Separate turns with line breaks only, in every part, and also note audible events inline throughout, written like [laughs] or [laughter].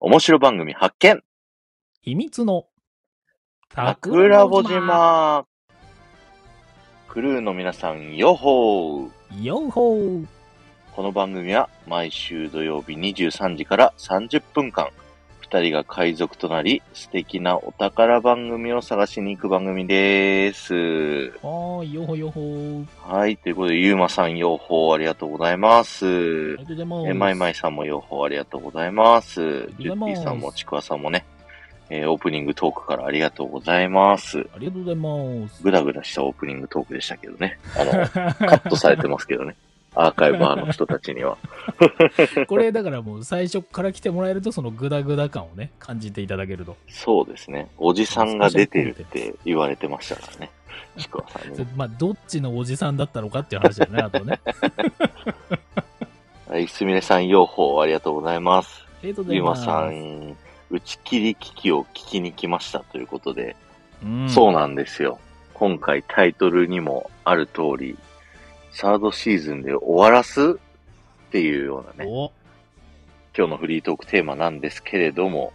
面白番組発見
秘密の
桜ぼ島クルーの皆さん、ヨッホー
よほー
この番組は毎週土曜日23時から30分間、二人が海賊となり、素敵なお宝番組を探しに行く番組です。
はーい、よほよほー
はい、ということで、ゆうまさん、ヨッホーありがとうございます
あり。がとうございます。
えまいまいさんも両方ありがとうございます。
り
ジ
がと
ュ
う
ッ
ござ
テ
います
ィさんもちくわさんもね、えーオープニングトークからありがとうございます。
ありがとうございます。
ぐだぐだしたオープニングトークでしたけどね。あ
[laughs]
の、カットされてますけどね。アーカイバーの人たちには。
これだからもう最初から来てもらえるとそのグダグダ感をね感じていただけると、
そうですね。おじさんが出てるって言われてましたからね。ちくわさんに
それ
ね。
まあどっちのおじさんだったのかっていう話だよねあと
[laughs]
ねあ
はい、すみれさん、両方ありがとうございます。
りがとうござい
ゆま
ます
さん、打ち切り危機を聞きに来ましたということで。
うん
そうなんですよ。今回タイトルにもある通り、サードシーズンで終わらすっていうようなね、
お
今日のフリートークテーマなんですけれども、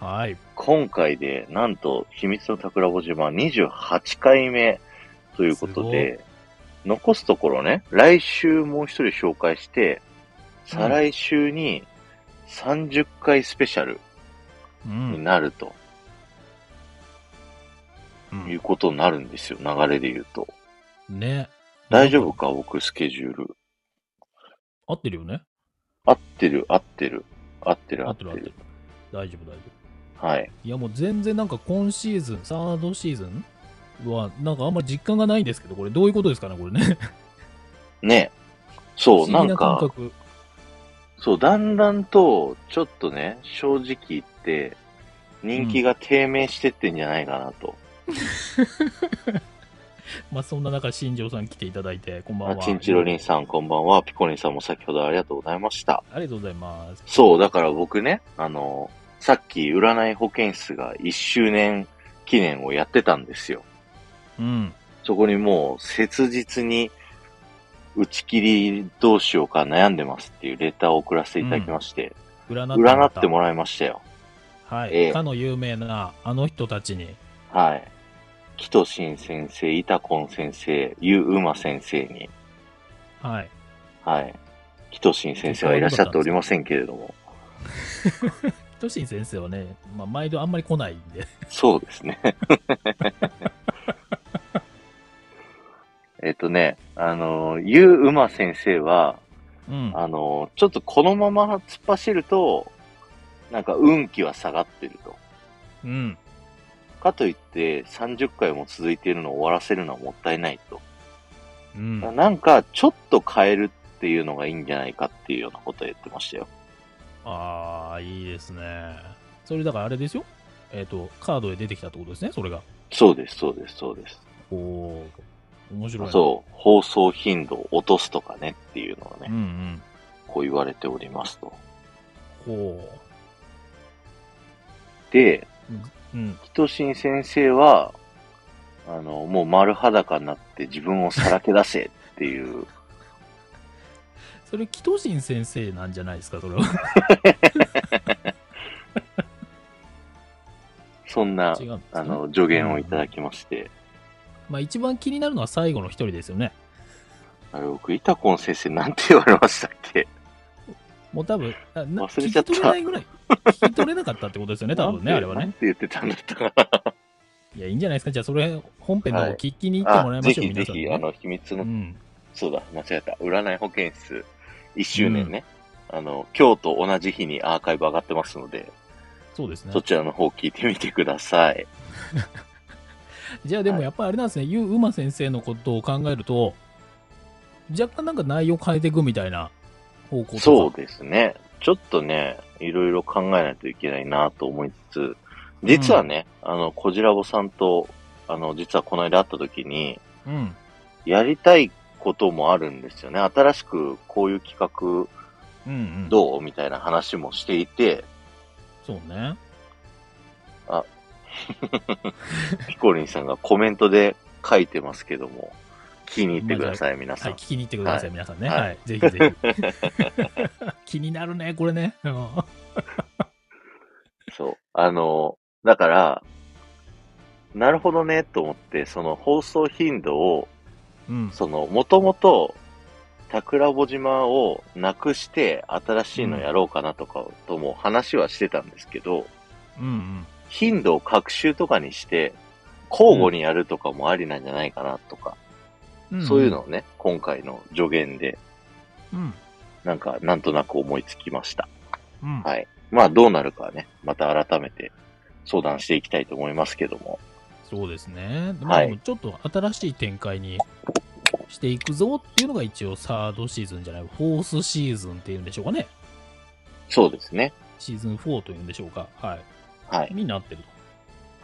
はい
今回でなんと秘密の桜穂島28回目ということで、残すところね、来週もう一人紹介して、再来週に30回スペシャル
う
に
ん、
なると
う、
いうんことになるんですよ、流れで言うと。
ね
大丈夫か僕スケジュール。
合ってるよね
合ってる、合ってる。合ってる、合
合っ
ってて
る
る。
合ってる大丈夫大丈夫
はい。
いやもう全然なんか今シーズン、サードシーズンはなんかあんまり実感がないんですけど、これどういうことですかね、これね。
ね。そう、
[laughs] 不思
な
議
ん
感
か、
覚。
そう、だんだんと、ちょっとね、正直言って、人気が低迷してってんじゃないかなと。
まあそんな中、新庄さん来ていただいて、こんばん
あ
は。
チンチロリンさん、こんばんは。ピコリンさんも先ほどありがとうございました。
ありがとうございます。
そう、だから僕ね、あの、さっき占い保健室が1周年記念をやってたんですよ。
うん。
そこにもう切実に打ち切りどうしようか悩んでますっていうレターを送らせていただきまして、
占って
占ってもらいましたよ。
はい、
ええ
かの有名なあの人たちに。
はい。キトシン先生、イタコン先生、ユウマ先生に、
はい。
はい。キトシン先生はいらっしゃっておりませんけれども、
トシン先生はね、まあ、毎度あんまり来ないんで。 [laughs]
そうですね。えっとね、あの、ユウマ先生は、
うん。
あの、ちょっとこのまま突っ走ると、なんか運気は下がってると。
うん。
かといって、30回も続いているのを終わらせるのはもったいないと。
うん。
なんか、ちょっと変えるっていうのがいいんじゃないかっていうようなことを言ってましたよ。
ああ、いいですね。それだからあれですよ。えっ、と、カードで出てきたってことですね、それが。
そうです、そうです、そうです。
おおー、面白いな。
そう、放送頻度を落とすとかねっていうのをね、
うんうん。
こう言われておりますと。
ほ
で、
う。うん。
キトシン先生は、あの、もう丸裸になって自分をさらけ出せって
[laughs]
いう、
それ、キトシン先生なんじゃないですか、それは。
そんな
違、うんです
あ
か、ね。
の、助言をいただきまして、
まあ、一番気になるのは最後の一人ですよね。
あれ、僕、イタコン先生なんて言われましたっけ
もう多分、あな
忘れちゃった
聞き取れないぐらい。聞き取れなかったってことですよね、多分ね、
なん
あ
て
れ
[laughs]
は
なん
ね。
て言ってたんだったか
いや、いいんじゃないですか。じゃあ、それ、本編の方
はい
聞きに行ってもら
な。
い
あ、
ま
ぜ
しょう、
ひぜ
皆さん、
ひ、
ね。
あの、秘密の
うん。
そうだ、間違えた。占い保健室1周年ね。あの、今日と同じ日にアーカイブ上がってますので、
そうですね
そ。ちらの方聞いてみてください。
じゃあ、でもやっぱりあれなんですね、ゆううま先生のことを考えると、若干なんか内容変えていくみたいな方向とか
そうですね。ちょっとね、いろいろ考えないといけないなと思いつつ、実はね、あの、こじらぼさんと、あの、実はこの間会った時に、
うん。
やりたいこともあるんですよね。新しくこういう企画
うんうん。
どうみたいな話もしていて、
そうね。
ピコリンさんがコメントで書いてますけども、気に入ってください、皆
は
さ
い、
ん
聞。きに行ってください、
は
皆さんね。
はい
[laughs] はい、ぜひぜひ。気になるね、これね。うん
あの、だから、なるほどね、と思って、その放送頻度を、
うん。
その、もともと、桜穂島をなくして、新しいのやろうかなとか、とも話はしてたんですけど、
うんうん。
頻度を各週とかにして、交互にやるとかもありなんじゃないかなとか、
うん
そういうのをね、今回の助言で、
うん。
なんか、なんとなく思いつきました。
うん。
はい。まあ、どうなるかはね、また改めて相談していきたいと思いますけども。
そうですね。まあ、
はい
でもちょっと新しい展開にしていくぞっていうのが一応サードシーズンじゃない、フォースシーズンっていうんでしょうかね。
そうですね。
シーズン4というんでしょうか。は
はい
い。。になってる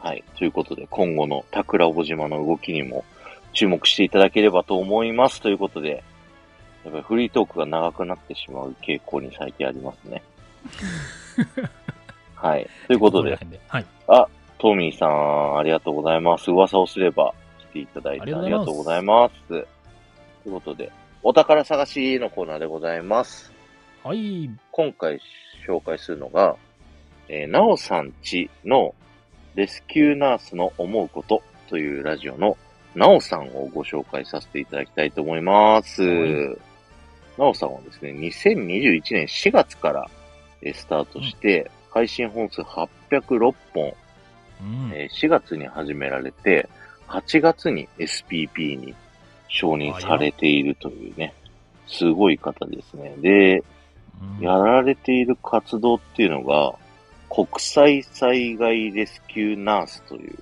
と。
はい。ということで、今後の桜穂島の動きにも注目していただければと思います。ということで、やっぱりフリートークが長くなってしまう傾向に最近あります
[laughs]
ね。はい。ということ
ここら
で、
辺で。はい。
トミーさん、ありがとうございます。噂をすれば来ていただいてあ
あ
り
り
が
が
と
と
う
う
ご
ご
ざ
ざ
い
い
ます。ということで、お宝探しのコーナーでございます。
はい。
今回紹介するのが、えーなおさんちのレスキューナースの思うことというラジオのなおさんをご紹介させていただきたいと思います。
は
なおさんはですね、2021年4月からえースタートして、配信本数806本、
うん。
えー4月に始められて、8月に SPP に承認されているというね、すごい方ですね。で、
うん
やられている活動っていうのが、国際災害レスキューナースという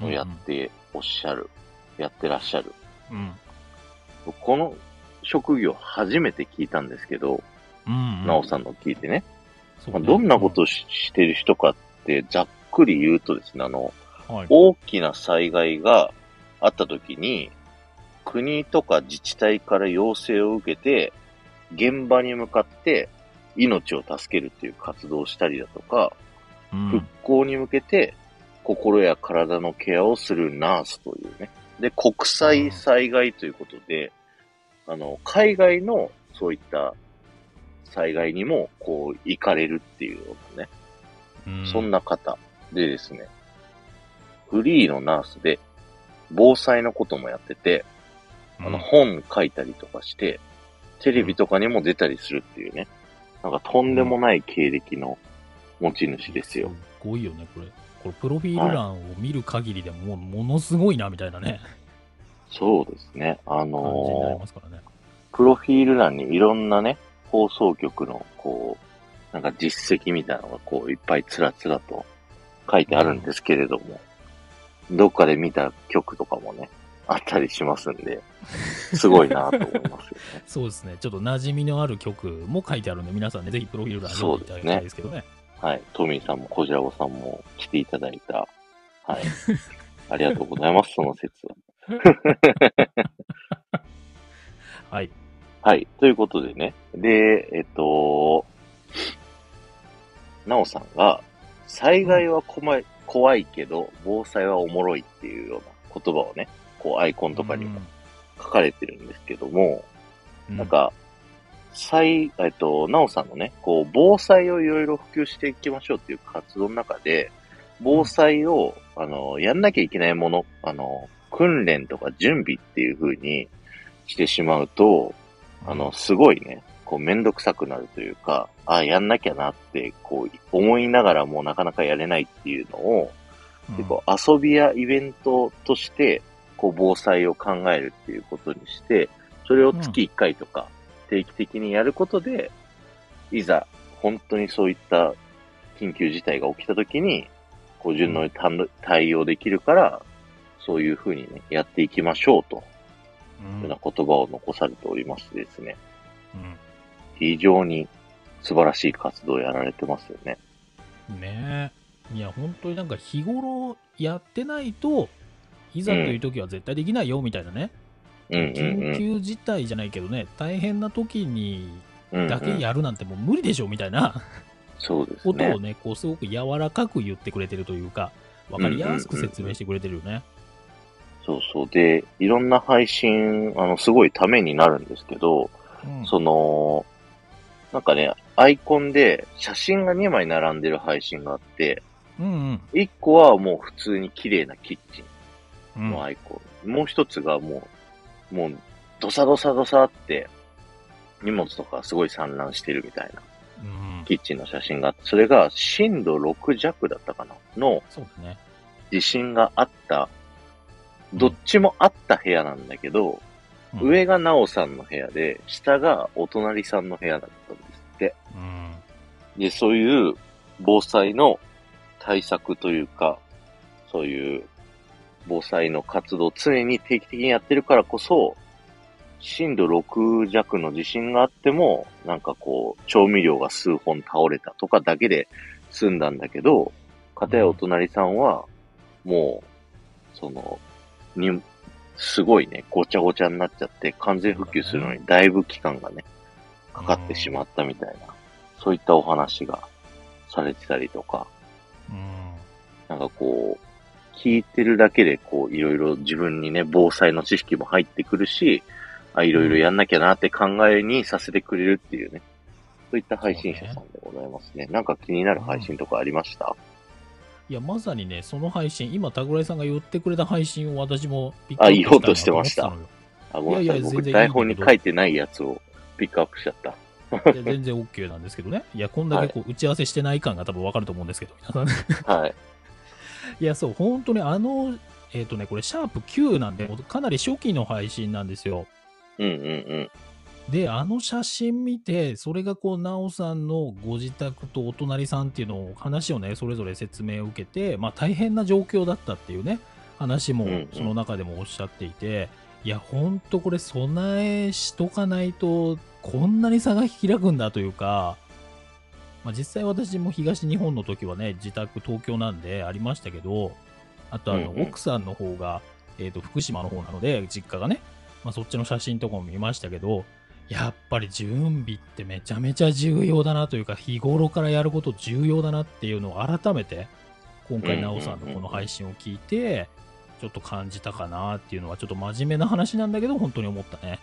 のをやっておっしゃる、やってらっしゃる。
うん。
この職業初めて聞いたんですけど、
うん。
なおさんの聞いてね、
そう
まあ
ね
どんなことをししてる人かってざっくり言うとですね、あの、
うんはい。
大きな災害があった時に、国とか自治体から要請を受けて、現場に向かって命を助けるっていう活動をしたりだとか、
うん
復興に向けて心や体のケアをするナースというね。で、国際災害ということで、あの、海外のそういった災害にもこう行かれるっていうようなね、
うん
そんな方でですね、フリーのナースで防災のこともやってて、あの、本書いたりとかして、テレビとかにも出たりするっていうね、なんかとんでもない経歴の持ち主ですよ。。
すごいよね、これ。これ、プロフィール欄を見る限りでも、ものすごいな、みたいなね、
そうですね。あ
感じになり
のー
ますからね。。
プロフィール欄にいろんなね、放送局の、こう、なんか実績みたいなのが、こう、いっぱいつらつらと書いてあるんですけれども、どっかで見た曲とかもね、あったりしますんで、すごいなと思いますよね
そうですね。ちょっと馴染みのある曲も書いてあるんで、皆さんね、ぜひプロフィール欄読んでいただきたいですけどね。
はい。トミーさんもコジラボさんも来ていただいた。はい。
[laughs]
ありがとうございます、その説は。
はい。
はい。ということでね。で、えっと、なおさんが、災害は怖い,、怖いけど、防災はおもろいっていうような言葉をね、こうアイコンとかにも書かれてるんですけども、
うん、
なんか、災、えっと、なおさんのね、こう、防災をいろいろ普及していきましょうっていう活動の中で、防災を、あの、やんなきゃいけないもの、あの、訓練とか準備っていう風にしてしまうと、
うん、
あの、すごいね、こう、めんどくさくなるというか、ああ、やんなきゃなって、こう、思いながらもなかなかやれないっていうのを、
うん、
結構遊びやイベントとして、こう、防災を考えるっていうことにして、それを月1回とか、定期的にやることで、いざ、本当にそういった緊急事態が起きた時に、こう、順応に対対応できるから、そういうふうにね、やっていきましょうと
う
い
ん、
うような言葉を残されておりましてですね。
う
非常に素晴らしい活動をやられてますよね。
んねえ。いや、本当になんか日頃やってないと、いざという時は絶対できないよ、みたいなね。
うんうん
緊急事態じゃないけどね、大変な時に
うん。うん
だけ
うん
やるなんてもう無理でしょ、みたいな。
そうです
こと
ね
を。ね、こうすごく柔らかく言ってくれてるというか、わかりやすく説明してくれてるよね。
そうそう。で、いろんな配信、あの、すごいためになるんですけど、
うん
その、なんかね、アイコンで写真が2枚並んでる配信があって、
うん
一個はもう普通に綺麗なキッチ
う
ン
ん。
のアイコン。もう一つがもう、もう、ドサドサドサって、荷物とかすごい散乱してるみたいな
うん。
キッチンの写真があって、それが震度6弱だったかなの
そうだね。
地震があった、どっちもあった部屋なんだけど、
うん、
上がなおさんの部屋で、下がお隣さんの部屋だったんですって。
うん。
で、そういう防災の対策というか、そういう防災の活動を常に定期的にやってるからこそ、震度6弱の地震があっても、なんかこう、調味料が数本倒れたとかだけで済んだんだけど、片やお隣さんは、もう、その、に、すごいね、ごちゃごちゃになっちゃって、完全復旧するのにだいぶ期間がね、かかってしまったみたいな、そういったお話がされてたりとか、
うん。
なんかこう、聞いてるだけで、こう、いろいろ自分にね、防災の知識も入ってくるし、あ、いろいろやんなきゃなって考えにさせてくれるっていうね、そういった配信者さんでございますね。なんか気になる配信とかありました、
いや、まさにね、その配信、今、田倉さんが言ってくれた配信を私もピ
あ言おうとしてました
思って
あ、ごめんなさい。
いやいや全然いい
僕、
んだけど
台本に書いてないやつをピックアップしちゃった。
たのよいや全然 OK なんですけどね。いや、こんだけこう打ち合わせしてない感が多分わかると思うんですけど、皆さんね
[laughs] はい。
いや、そう、本当にあの、えっ、とね、これ、シャープ9なんで、かなり初期の配信なんですよ。
うんうん
で、あの写真見て、それがこう、なおさんのご自宅とお隣さんっていうのを、話をね、それぞれ説明を受けて、まあ、大変な状況だったっていうね、話も
うんうん、
その中でもおっしゃっていて、いや、ほんとこれ、備えしとかないと、こんなに差が開くんだというか、まあ、実際私も東日本の時はね、自宅東京なんでありましたけど、あとあの、
うんうん
奥さんの方が、えっ、と、福島の方なので、実家がね、まあ、そっちの写真とかも見ましたけど、やっぱり準備ってめちゃめちゃ重要だなというか、日頃からやること重要だなっていうのを改めて、今
う
回、
んうん
な
うんう
お
ん
さんのこの配信を聞いて、ちょっと感じたかなっていうのは、ちょっと真面目な話なんだけど、本当に思ったね。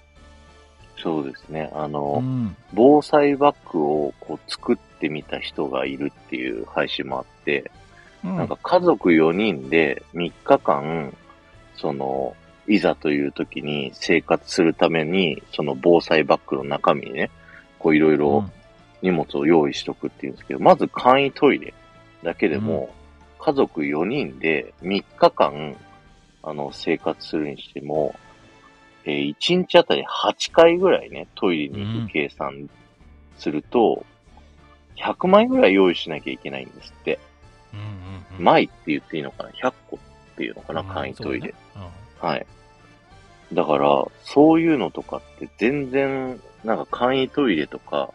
うん。そうですね。あの、
うん。
防災バッグをこう作ってみた人がいるっていう配信もあって、
な
なんか、家族4人で3日間、その、いざという時に生活するために、その防災バッグの中身にね、こういろいろ荷物を用意しとくっていうんですけど、まず簡易トイレだけでも、家族4人で3日間、あの、生活するにしても、えー1日あたり8回ぐらいね、トイレに行く計算すると、100枚ぐらい用意しなきゃいけないんですって。
うんうんうん、
枚って言っていいのかな ?100 個っていうのかな
うん
簡易トイレ。。
そうだね
はい。だから、そういうのとかって全然、なんか簡易トイレとか、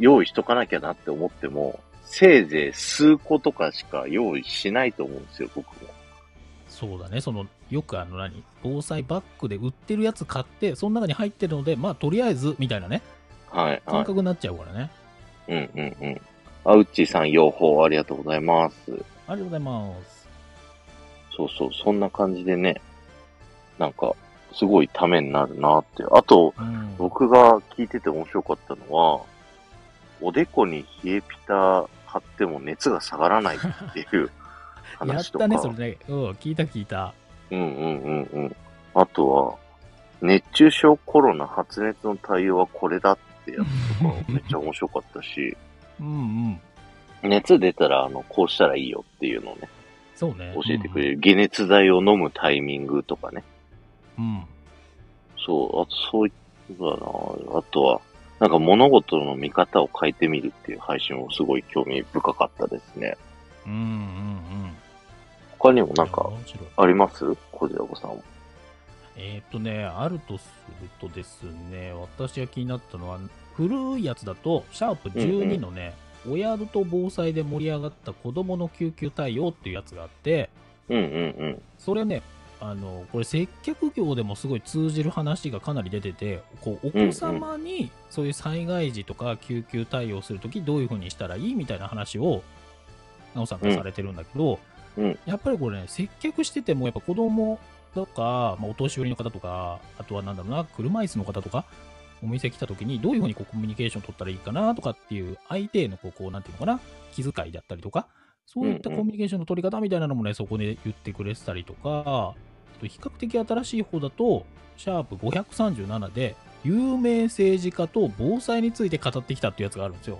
用意しとかなきゃなって思っても、せいぜい数個とかしか用意しないと思うんですよ、僕も。
うんそうだね、その、よくあの何、防災バッグで売ってるやつ買って、その中に入ってるので、まあ、とりあえず、みたいなね、
はい、
感
は
覚になっちゃうからね。
い。うん、うん、うん。あ、うっちーさん、用法ありがとうございます。
ありがとうございます。
そうそう、そんな感じでね、なんか、すごいためになるなって。あと、
うん、
僕が聞いてて面白かったのは、おでこに冷えピタ貼っても熱が下がらないっていう
[laughs] やっ
話とか。
たね、それね。うん、聞いた聞いた。
うんうんうんうん。あとは、熱中症コロナ発熱の対応はこれだってやつとか
[laughs]
めっちゃ面白かったし、
うんうん。
熱出たらあの、こうしたらいいよっていうのをね、
そうね。
教えてくれる。解熱剤を飲むタイミングとかね。
うんうん。
そう、あとそういったな。あとは、なんか物事の見方を変えてみるっていう配信もすごい興味深かったですね。
うんうんうんうん。
他にもなん
いや
か
面白い
あります小寺子さんも。
えーっ、とね、あるとするとですね、私が気になったのは、古いやつだと、シャープ12のね、親と防災で盛り上がった子供の救急対応っていうやつがあって、
うんうん
それね、あのこれ接客業でもすごい通じる話がかなり出ててこうお子様にそういう災害時とか救急対応するときどういうふうにしたらいいみたいな話をなおさんがされてるんだけど、
うん
やっぱりこれね接客しててもやっぱ子供とか、まあ、お年寄りの方とかあとはなんだろうな車椅子の方とかお店来た時にどういうふうにこうコミュニケーション取ったらいいかなとかっていう相手へのこうこうなんていうのかな気遣いだったりとかそういった
うんうん
コミュニケーションの取り方みたいなのもね、そこで言ってくれてたりとか、あと比較的新しい方だと、シャープ537で、有名政治家と防災について語ってきたっていうやつがあるんですよ。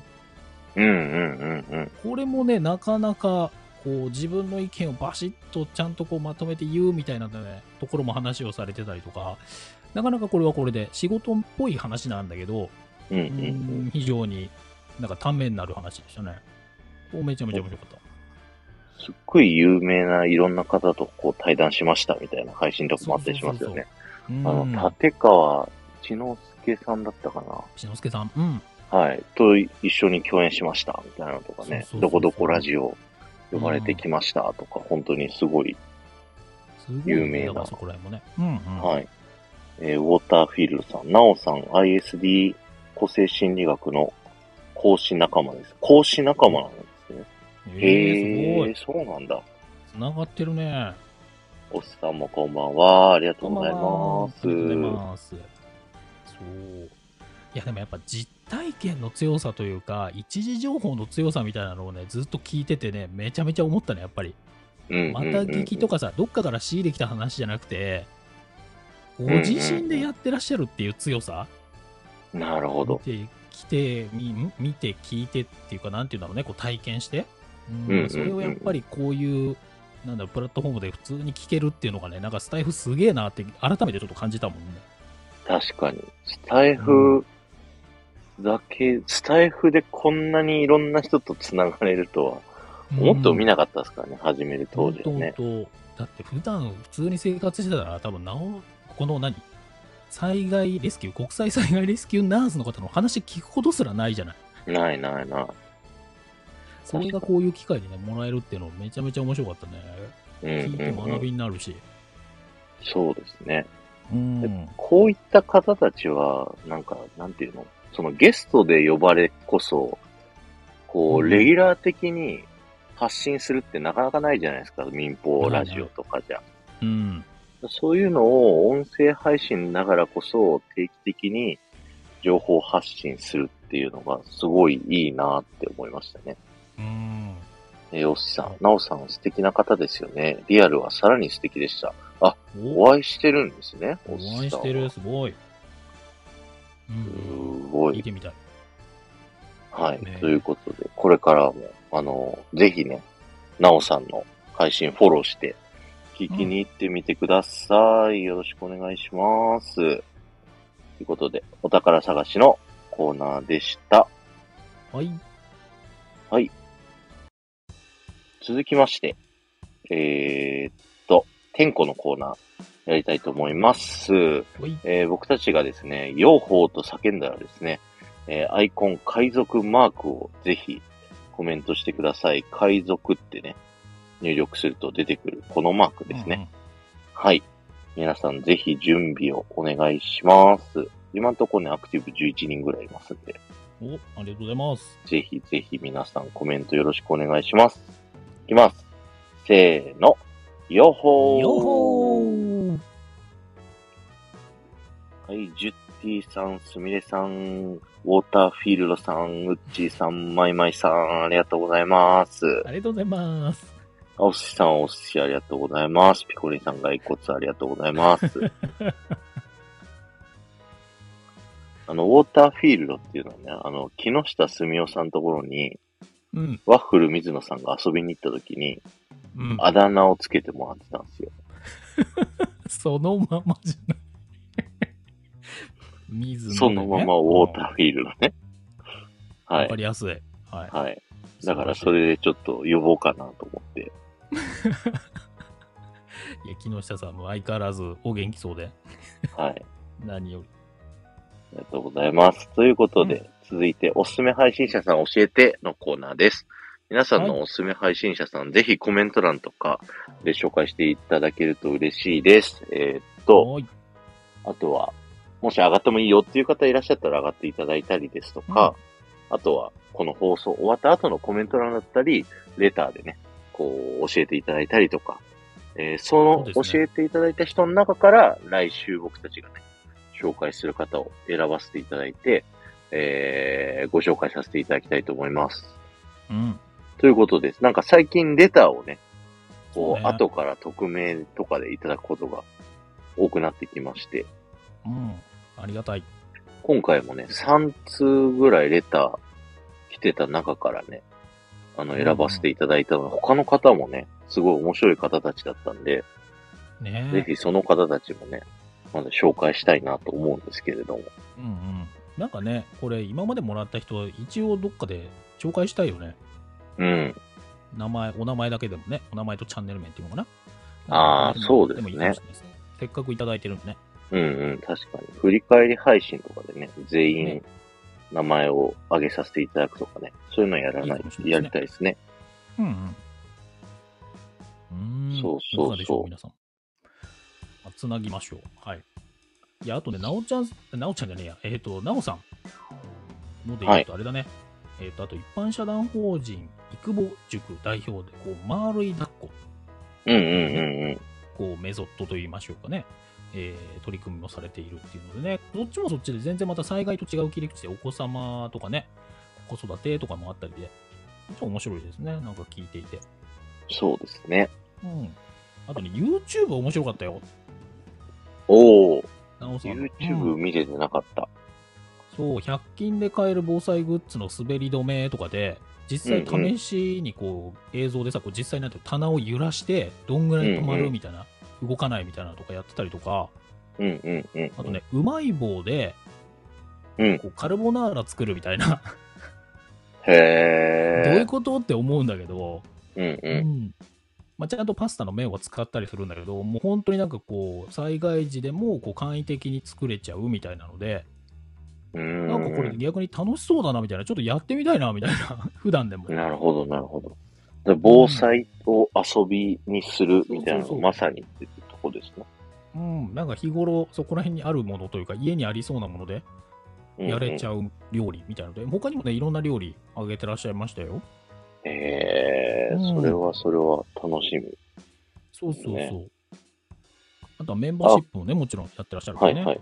うんうんうんうん。
これもね、なかなか、こう、自分の意見をバシッとちゃんとこうまとめて言うみたいなね、ところも話をされてたりとか、なかなかこれはこれで仕事っぽい話なんだけど、
うんうん
う
うん。
ん非常になんかためになる話でしたね。こうめちゃめちゃ面白かった。
すっごい有名ないろんな方とこう対談しましたみたいな配信とかもあったりしますよね。
うん、
あの、立川千之助さんだったか
しのすけさん、うん、
な。はい。と一緒に共演しましたみたいなのとかね
そうそうそうそう、
どこどこラジオ呼ばれてきましたとか、本当にすごい、
すごい
有名な
だからそこら辺もね。うん、うん。
はい。えーウォーターフィールドさん、なおさん、ISD 個性心理学の講師仲間です。講師仲間なんですね。
えー、すご
え
い。
ー、そうなんだ。
つながってるね。
おっさんもこんばんは。ありがと
こ
うんご
ば
ざい
んは
ま
ありがとうござい
す。
ます。そう。いや、でもやっぱ実体験の強さというか、一時情報の強さみたいなのをね、ずっと聞いててね、めちゃめちゃ思ったね、やっぱり。
うん
また聞きとかさ、どっかから仕入れてきた話じゃなくて、ご自身でやってらっしゃるっていう強さ、
なるほど。
見てきてみん見て聞いてっていうかなんていうんだろうねこう体験して、うん
うんうんうん
それをやっぱりこういうなんだろうプラットフォームで普通に聞けるっていうのがねなんかスタイフすげえなって改めてちょっと感じたもんね
確かに。スタイ
う
フだけ、スタイフでこんなにいろんな人と繋がれるとは、思っても見
な
なかったですからね、始める当時はね。
だって普段普通に生活してたら多分なおこの何災害レスキュー国際災害レスキューナースの方の話聞くことすらないじゃない
ないないない。
それがこういう機会でねもらえるっていうのめちゃめちゃ面白かったね
うん
聞いて
うんう
学
ん、
びになるし、
そうですね。
うん
こういった方たちは、なんか、なんていうのそのゲストで呼ばれこそ、こ
う
う、
ん
レギュラー的に発信するってなかなかないじゃないですか。民放ラジオとかじゃ。
うん
そういうのを音声配信ながらこそ定期的に情報発信するっていうのがすごいいいなって思いましたね。
うん。
えー、おっさん、なおさん素敵な方ですよね。リアルはさらに素敵でした。お
お
会いしてるんですね。
お
っさんは
会いしてる、すごい。う
す
ん。
ご
聞い
い。
てみたい。
はい、
ね
ということで、これからも、あの、ぜひね、なおさんの配信フォローして、聞きに行ってみてください。よろしくお願いします。ということで、お宝探しのコーナーでした。
はい。
続きまして、えーっと、天子のコーナーやりたいと思います。
おい。
えー僕たちがですね、用法と叫んだらですね、えーアイコン海賊マークをぜひコメントしてください。海賊ってね、入力すると出てくるこのマークですね。はい。皆さんぜひ準備をお願いします。今んとこね、アクティブ11人ぐらいいますんで、
うんうん。お、ありがとうございます。
ぜひぜひ皆さんコメントよろしくお願いします。いきます。せーの。よっほー
よほー
はい、ジュッティさん、すみれさん、ウォーターフィールドさん、ウッチーさん、マイマイさん、ありがとうございます。
ありがとうございます。
あおすしさん、おすしありがとうございます。ピコリンさん、骸骨ありがとうございます。あの、ウォーターフィールドっていうのはね、あの、木下澄夫さんのところに、
うん。
ワッフル水野さんが遊びに行った時に、
うん。
あだ名をつけてもらってたんですよ。
そのままじゃない。水野
そのままウォーターフィールドね。
ー
は
わか
い。
りやすい。はい。
はい。だから
素
そ
晴
れ
し
でちょっと呼ぼうかなと思って。
い。いや、木下さんも相変わらずお元気そうで。
はい。
何より。
ありがとうございます。ということで、
う
続いておすすめ配信者さん教えてのコーナーです。皆さんのおすすめ配信者さん、ぜひコメント欄とかで紹介していただけると嬉しいです。えーっと、
おい。
あとは、もし上がってもいいよっていう方いらっしゃったら上がっていただいたりですとか、あとは、この放送終わった後のコメント欄だったり、レターでね、こう、教えていただいたりとか、えーその
そうです
教
ね
えていただいた人の中から、来週僕たちがね、紹介する方を選ばせていただいて、えーご紹介させていただきたいと思います。
うん。
ということです。なんか最近レターをね、こう、
そうね
後から匿名とかでいただくことが多くなってきまして、
うん。ありがたい。
今回もね、3通ぐらいレター来てた中からね、あの、選ばせていただいたので、他の方もね、すごい面白い方たちだったんで、
ね
ぜひその方たちもね、まず紹介したいなと思うんですけれども。
うんうん。なんかね、これ今までもらった人、一応どっかで紹介したいよね。
うん。
名前、お名前だけでもね、お名前とチャンネル名っていうのかな。
あーそうですね
もいいかもしれないですね。せっかくいただいてるんでね。
うんうん、確かに。振り返り配信とかでね、全
ね
員名前を挙げさせていただくとかね、そういうのやらない
いいかもしれないですね
やりたいですね。
うんうん。うーん。
そうそうそう
いかがでしょう、皆さん。まあつなぎましょう。はい。いや、あとね、なおちゃん、なおちゃんじゃねえや。えっ、と、なおさんので
は
言う
い
と、あれだね。えっ、と、あと、一般社団法人、育保塾代表で、こう、丸い抱っこ、
うんうんうんうん。
こう、メソッドと言いましょうかね。えー取り組みもされているっていうのでね、どっちもそっちで全然また災害と違う切り口でお子様とかね、子育てとかもあったりで、ちょっと面白いですね、なんか聞いていて。
そうですね。
うん。あとね、YouTube 面白かったよ。
おー、
なおさんの。
YouTube
うん
見れてなかった。
そう、100均で買える防災グッズの滑り止めとかで、実際
うんうん
試しにこう、映像でさ、こう実際なんていうの棚を揺らして、どんぐらい止ま
うんう
る
ん
みたいな、動かないみたいなのとかやってたりとか、
うんうんうん。
あとね、うまい棒で、
うん
こうカルボナーラ作るみたいな、
へー。
どういうことって思うんだけど、
うん
う
うん
まあ、ちゃんとパスタの麺は使ったりするんだけど、もう本当になんかこう、災害時でもこう簡易的に作れちゃうみたいなので、
ん。うーん
なんかこれ逆に楽しそうだなみたいな、ちょっとやってみたいなみ [laughs] たいな、普段でも。
なるほど、なるほど。で防災を遊びにするみたいな
そうそうそ
の
う
まさにっていうとこですね。
うん、なんか日頃、そこら辺にあるものというか、家にありそうなもので、
うんうん
やれちゃう料理みたいなので、他にもね、いろんな料理あげてらっしゃいましたよ。
ええ
うん
それはそれは楽しみ。
そうそうそう。
ね
あとはメンバーシップもね、もちろんやってらっしゃるか
は
ら
い
ね。
はい。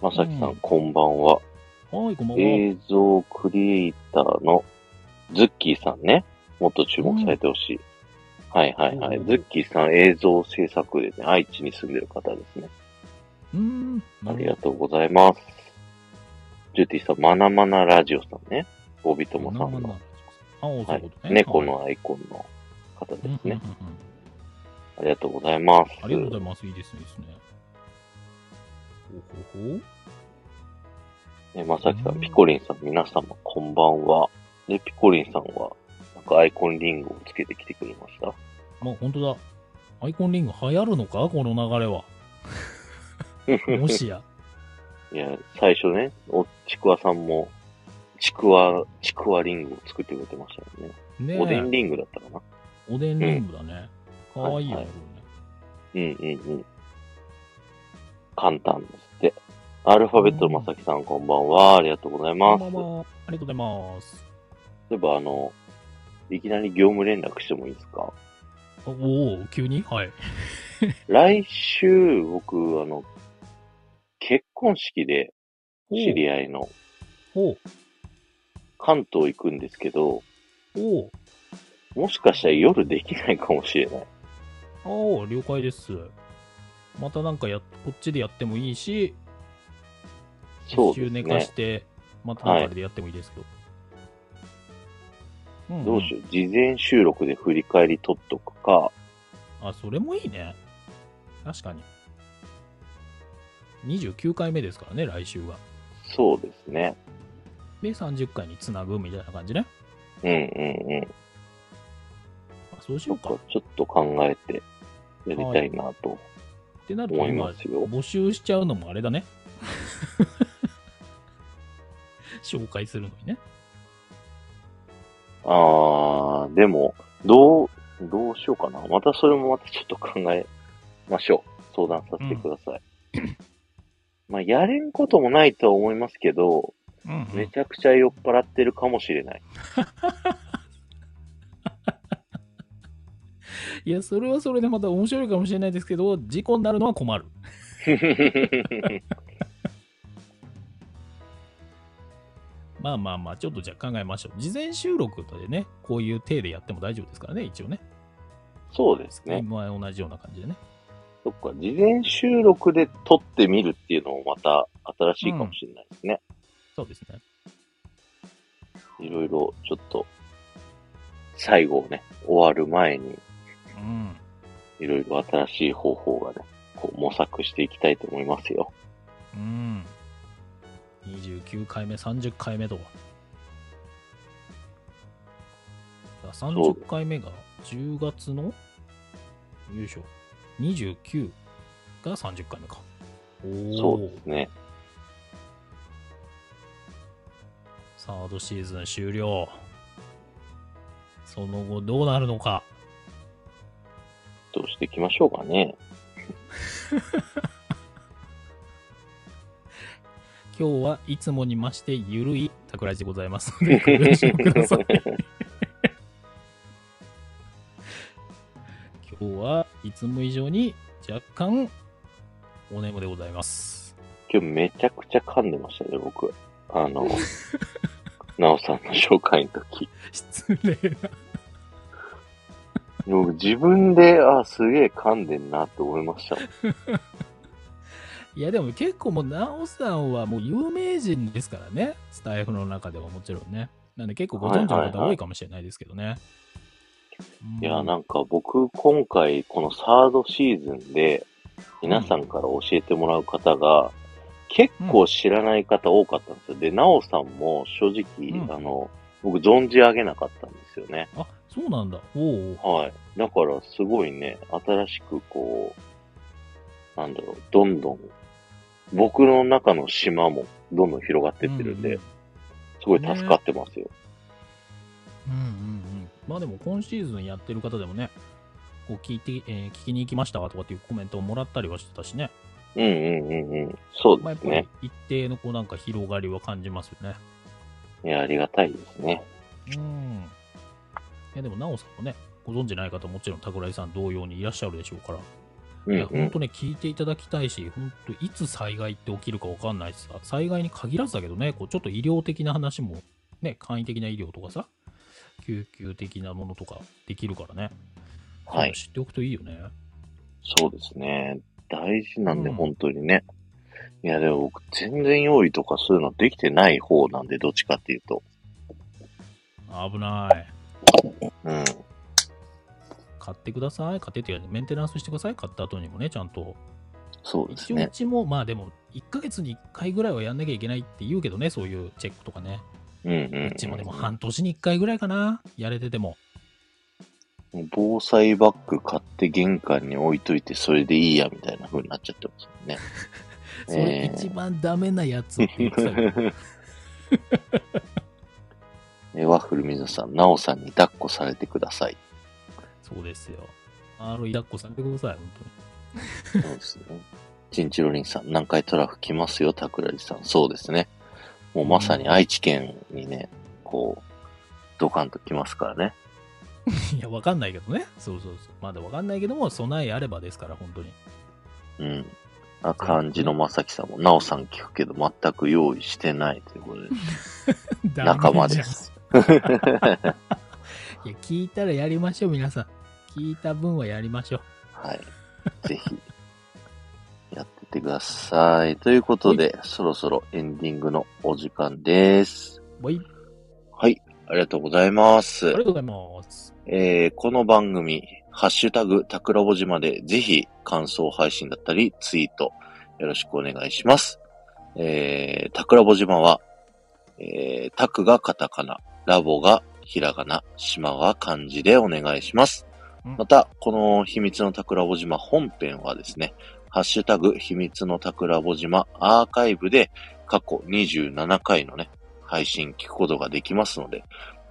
まさきさん、
うん
こんばんは。
はい、こんばんは。
映像クリエイターのズッキーさんね。もっと注目されてほしい。はいはいはい。
うん
ズッキーさん映像制作でね、愛知に住んでる方ですね。
うーん、な
あり
る
がとうございます。ジュティさん、まなまなラジオさんね。おびと
ほど。
もさん
な
の
ん。あ、そういう
はい
ことね。
猫
は
のアイコンの方
い。
です
うんうん
ね。
うんうん
ありがとうございます。
ありがとうございます。いいですね。いいですね。ほうほうほう。
え、まさきさ、
うんん
ピコリンさん、皆様、こんばんは。で、ピコリンさんは、なんかアイコンリングをつけてきてくれました。
まあ、本当だ。アイコンリング流行るのかこの流れ
[laughs]
は。もしや。
いや、最初ね、お、ちくわさんも、ちくわ、ちくわリングを作ってくれてましたよね。
ねえ
おでんリングだったかな。
おでんリングだね。かわいいよ
はい
ね
は、うんうんうん。簡単ですって。アルファベットのまさきさん、こんばんは。ありがとうござい
これ
ま
ね。
す。
こんばんは。ありがとうございます。
例えば、あの、いきなり業務連絡してもいいですか
あおお、急にはい。
来週、僕、あの、結婚式で、知り合いの
おう
関東行くんですけど、
おう
もしかしたら夜できないかもしれない。
おう了解です。またなんかや、こっちでやってもいいし、
そう
一
で
周
す
寝か
ね
し。て、またなんかでやってもいいですけど。んん
どうしよう。事前収録で振り返り撮っとくか。
あ、それもいいね。確かに。29回目ですからね、来週は。
そうですね。
で、30回につなぐみたいな感じね。
うんうんうん。
あそうし
ちょ
よう
っ
か。っ
と、ちょっと考えてやりたいなと
てなると
思い
今
ま、すよ。
募集しちゃうのもあれだね。 [laughs] 紹介するのにね。
あー、でも、どう、どうしようかな。またそれもまたちょっと考えましょう。相談させてください。まあ、やれんこともないとは思いますけど、
うん、うん
めちゃくちゃ酔っ払ってるかもしれない。
いや、それはそれでまた面白いかもしれないですけど、事故になるのは困る。
う
ままあまあまあ、ちょっとじゃあ考えましょう。事前収録でね、こういう体でやっても大丈夫ですからね、一応ね。
そうですね。
今は同じような感じでね。
そっか、事前収録で撮ってみるっていうのもまた新しいかもしれないですね。
そうですね。
いろいろ、ちょっと、最後をね、終わる前に、
うん。
いろいろ新しい方法がね、こう模索していきたいと思いますよ。
うん。29回目、30回目とか。だから
そう
30回目が10月の、よいしょ、29が30回目か。お
そ
お
うですね。
サードシーズン終了。その後どうなるのか。
どうしていきましょうかね。
今日はいつもに増してゆるい桜井でございますの
[laughs]
で、ご了承ください。今日はいつも以上に若干お眠でございます。
今日めちゃくちゃ噛んでましたね、僕。あの、 [laughs] なおさんの紹介の時。
失礼な。
僕自分で、あ、すげえ噛んでんなって思いましたもん。
いやでも結構もうなおさんはもう有名人ですからね。スタイフの中ではもちろんね。なんで結構ご存知の
はいはい
方
はい
多いかもしれないですけどね。
いや、
うん
なんか僕、今回、このサードシーズンで、皆さんから教えてもらう方が、結構知らない方多かったんですよ。で、なおさんも正直、
うん
あの、僕存じ上げなかったんですよね。
あ、そうなんだ。おうおう。
はい。だから、すごいね、新しくこう、なんだろう、どんどん、僕の中の島もどんどん広がってってるんで、
う
すごい助かってますよ。
うんうんうん、まあでも今シーズンやってる方でもね、こう聞いて、えー聞きに行きましたとかっていうコメントをもらったりはしてたしね、
うんうんうんうん。そう
まあ、
で
やっ
すね
ぱり。一定のこうなんか広がりは感じますよね。
いや、ありがたいですね。
うん。いやでも、なおさんもね、ご存知ない方もちろん、桜井さん同様にいらっしゃるでしょうから、
うん、
いや、
う
本
ん。
当ね、聞いていただきたいし、本当いつ災害って起きるかわかんないしさ、災害に限らずだけどね、こうちょっと医療的な話も、ね、簡易的な医療とかさ、救急的なものとかできるからね、
はい。
知っておくといいよね。
そうですね。大事なんで、
うん
本当にね。いや、でも僕、全然用意とかそういうのできてない方なんで、どっちかっていうと。
危ない。
うん。
買ってください。買ってっていうかメンテナンスしてください。買った後にもね、ちゃんと。
そうです
一応う
ね。
ちも、まあでも、1ヶ月に1回ぐらいはやんなきゃいけないって言うけどね、そういうチェックとかね。
うんうんうん。
うちもでも半年に1回ぐらいかな。やれてても。
防災バッグ買って玄関に置いといて、それでいいや、みたいな風になっちゃってますよね。
[laughs] それ一番ダメなやつって言ってたよ
[laughs] えワッフル水さん、ナオさんに抱っこされてください。
そうですよ。RE 抱っこされてください、本
そうですね。チンチロリンさん、南海トラフ来ますよ、桜井さん。そうですね。もうまさに愛知県にね、こう、ドカンと来ますからね。
当に。いや、 [laughs] わかんないけどね。そうそうそう。まだわかんないけども、備えあればですから、本当に。
うん。あ、漢字のまさきさんも、なおさん聞くけど全く用意してないということで、仲間で
[laughs] ダメじ
す。
ゃん。いや、聞いたらやりましょう、皆さん。聞いた分はやりましょう。
はい。ぜひ、やってってください。ということで、そろそろエンディングのお時間です。
バイ。
はい。ありがとうございま
あ
す
り。がとうございます。
えーこの番組、ハッシュタグ、タクラボ島で、ぜひ、感想配信だったり、ツイート、よろしくお願いします。えー、タクラボ島は、えー、タクがカタカナ、ラボがひらがな、島は漢字でお願いします。
うん
また、この秘密のタクラボ島本編はですね、ハッシュタグ、秘密のタクラボ島アーカイブで、過去27回のね、配信聞くことができますので、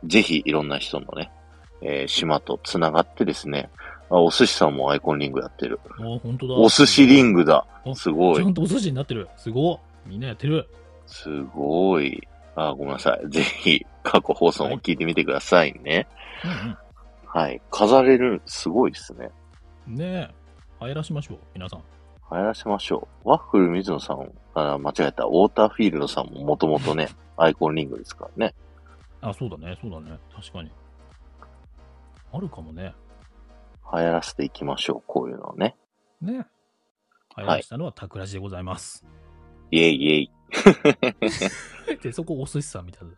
ぜひいろんな人のね、えー島と繋がってですね、あ、お寿司さんもアイコンリングやってる。
お本当だ。
お寿司リ
ン
ングだ
お。
すご
ちゃ
い。
んとお寿司になってる。すごい。みんなやってる。
すごい。あ、ごめんなさい。 [laughs] ぜひ、過去放送も聞いてみてくださいね。
うん
はい。飾れる、すごいですね。
うん。ねえ。流行らしましょう、皆さん。
流行らせましょう。ワッフル水野さんから間違えた、ウォーターフィールドさんももともとね、アイコンリングですからね。
あ、そうだね、そうだね。確かに。あるかもね。
流行らせていきましょう、こういうのをね。
ね。流行らしたのはタクラジでございます。 [laughs]
イェイイェイ。
で、そこお寿司さんみたいな。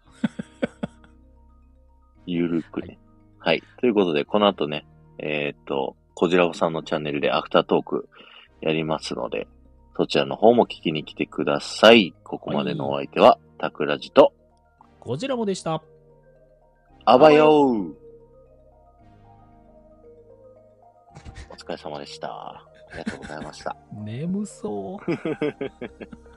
ゆるくね。はい、ということで、この後ね、えーっと、こじらぼさんのチャンネルでアフタートークやりますので、そちらの方も聞きに来てください。ここまでのお相手は、タクラジと、
こちらもでした。
あばようお疲れ様でした。ありがとうございました。
眠そう。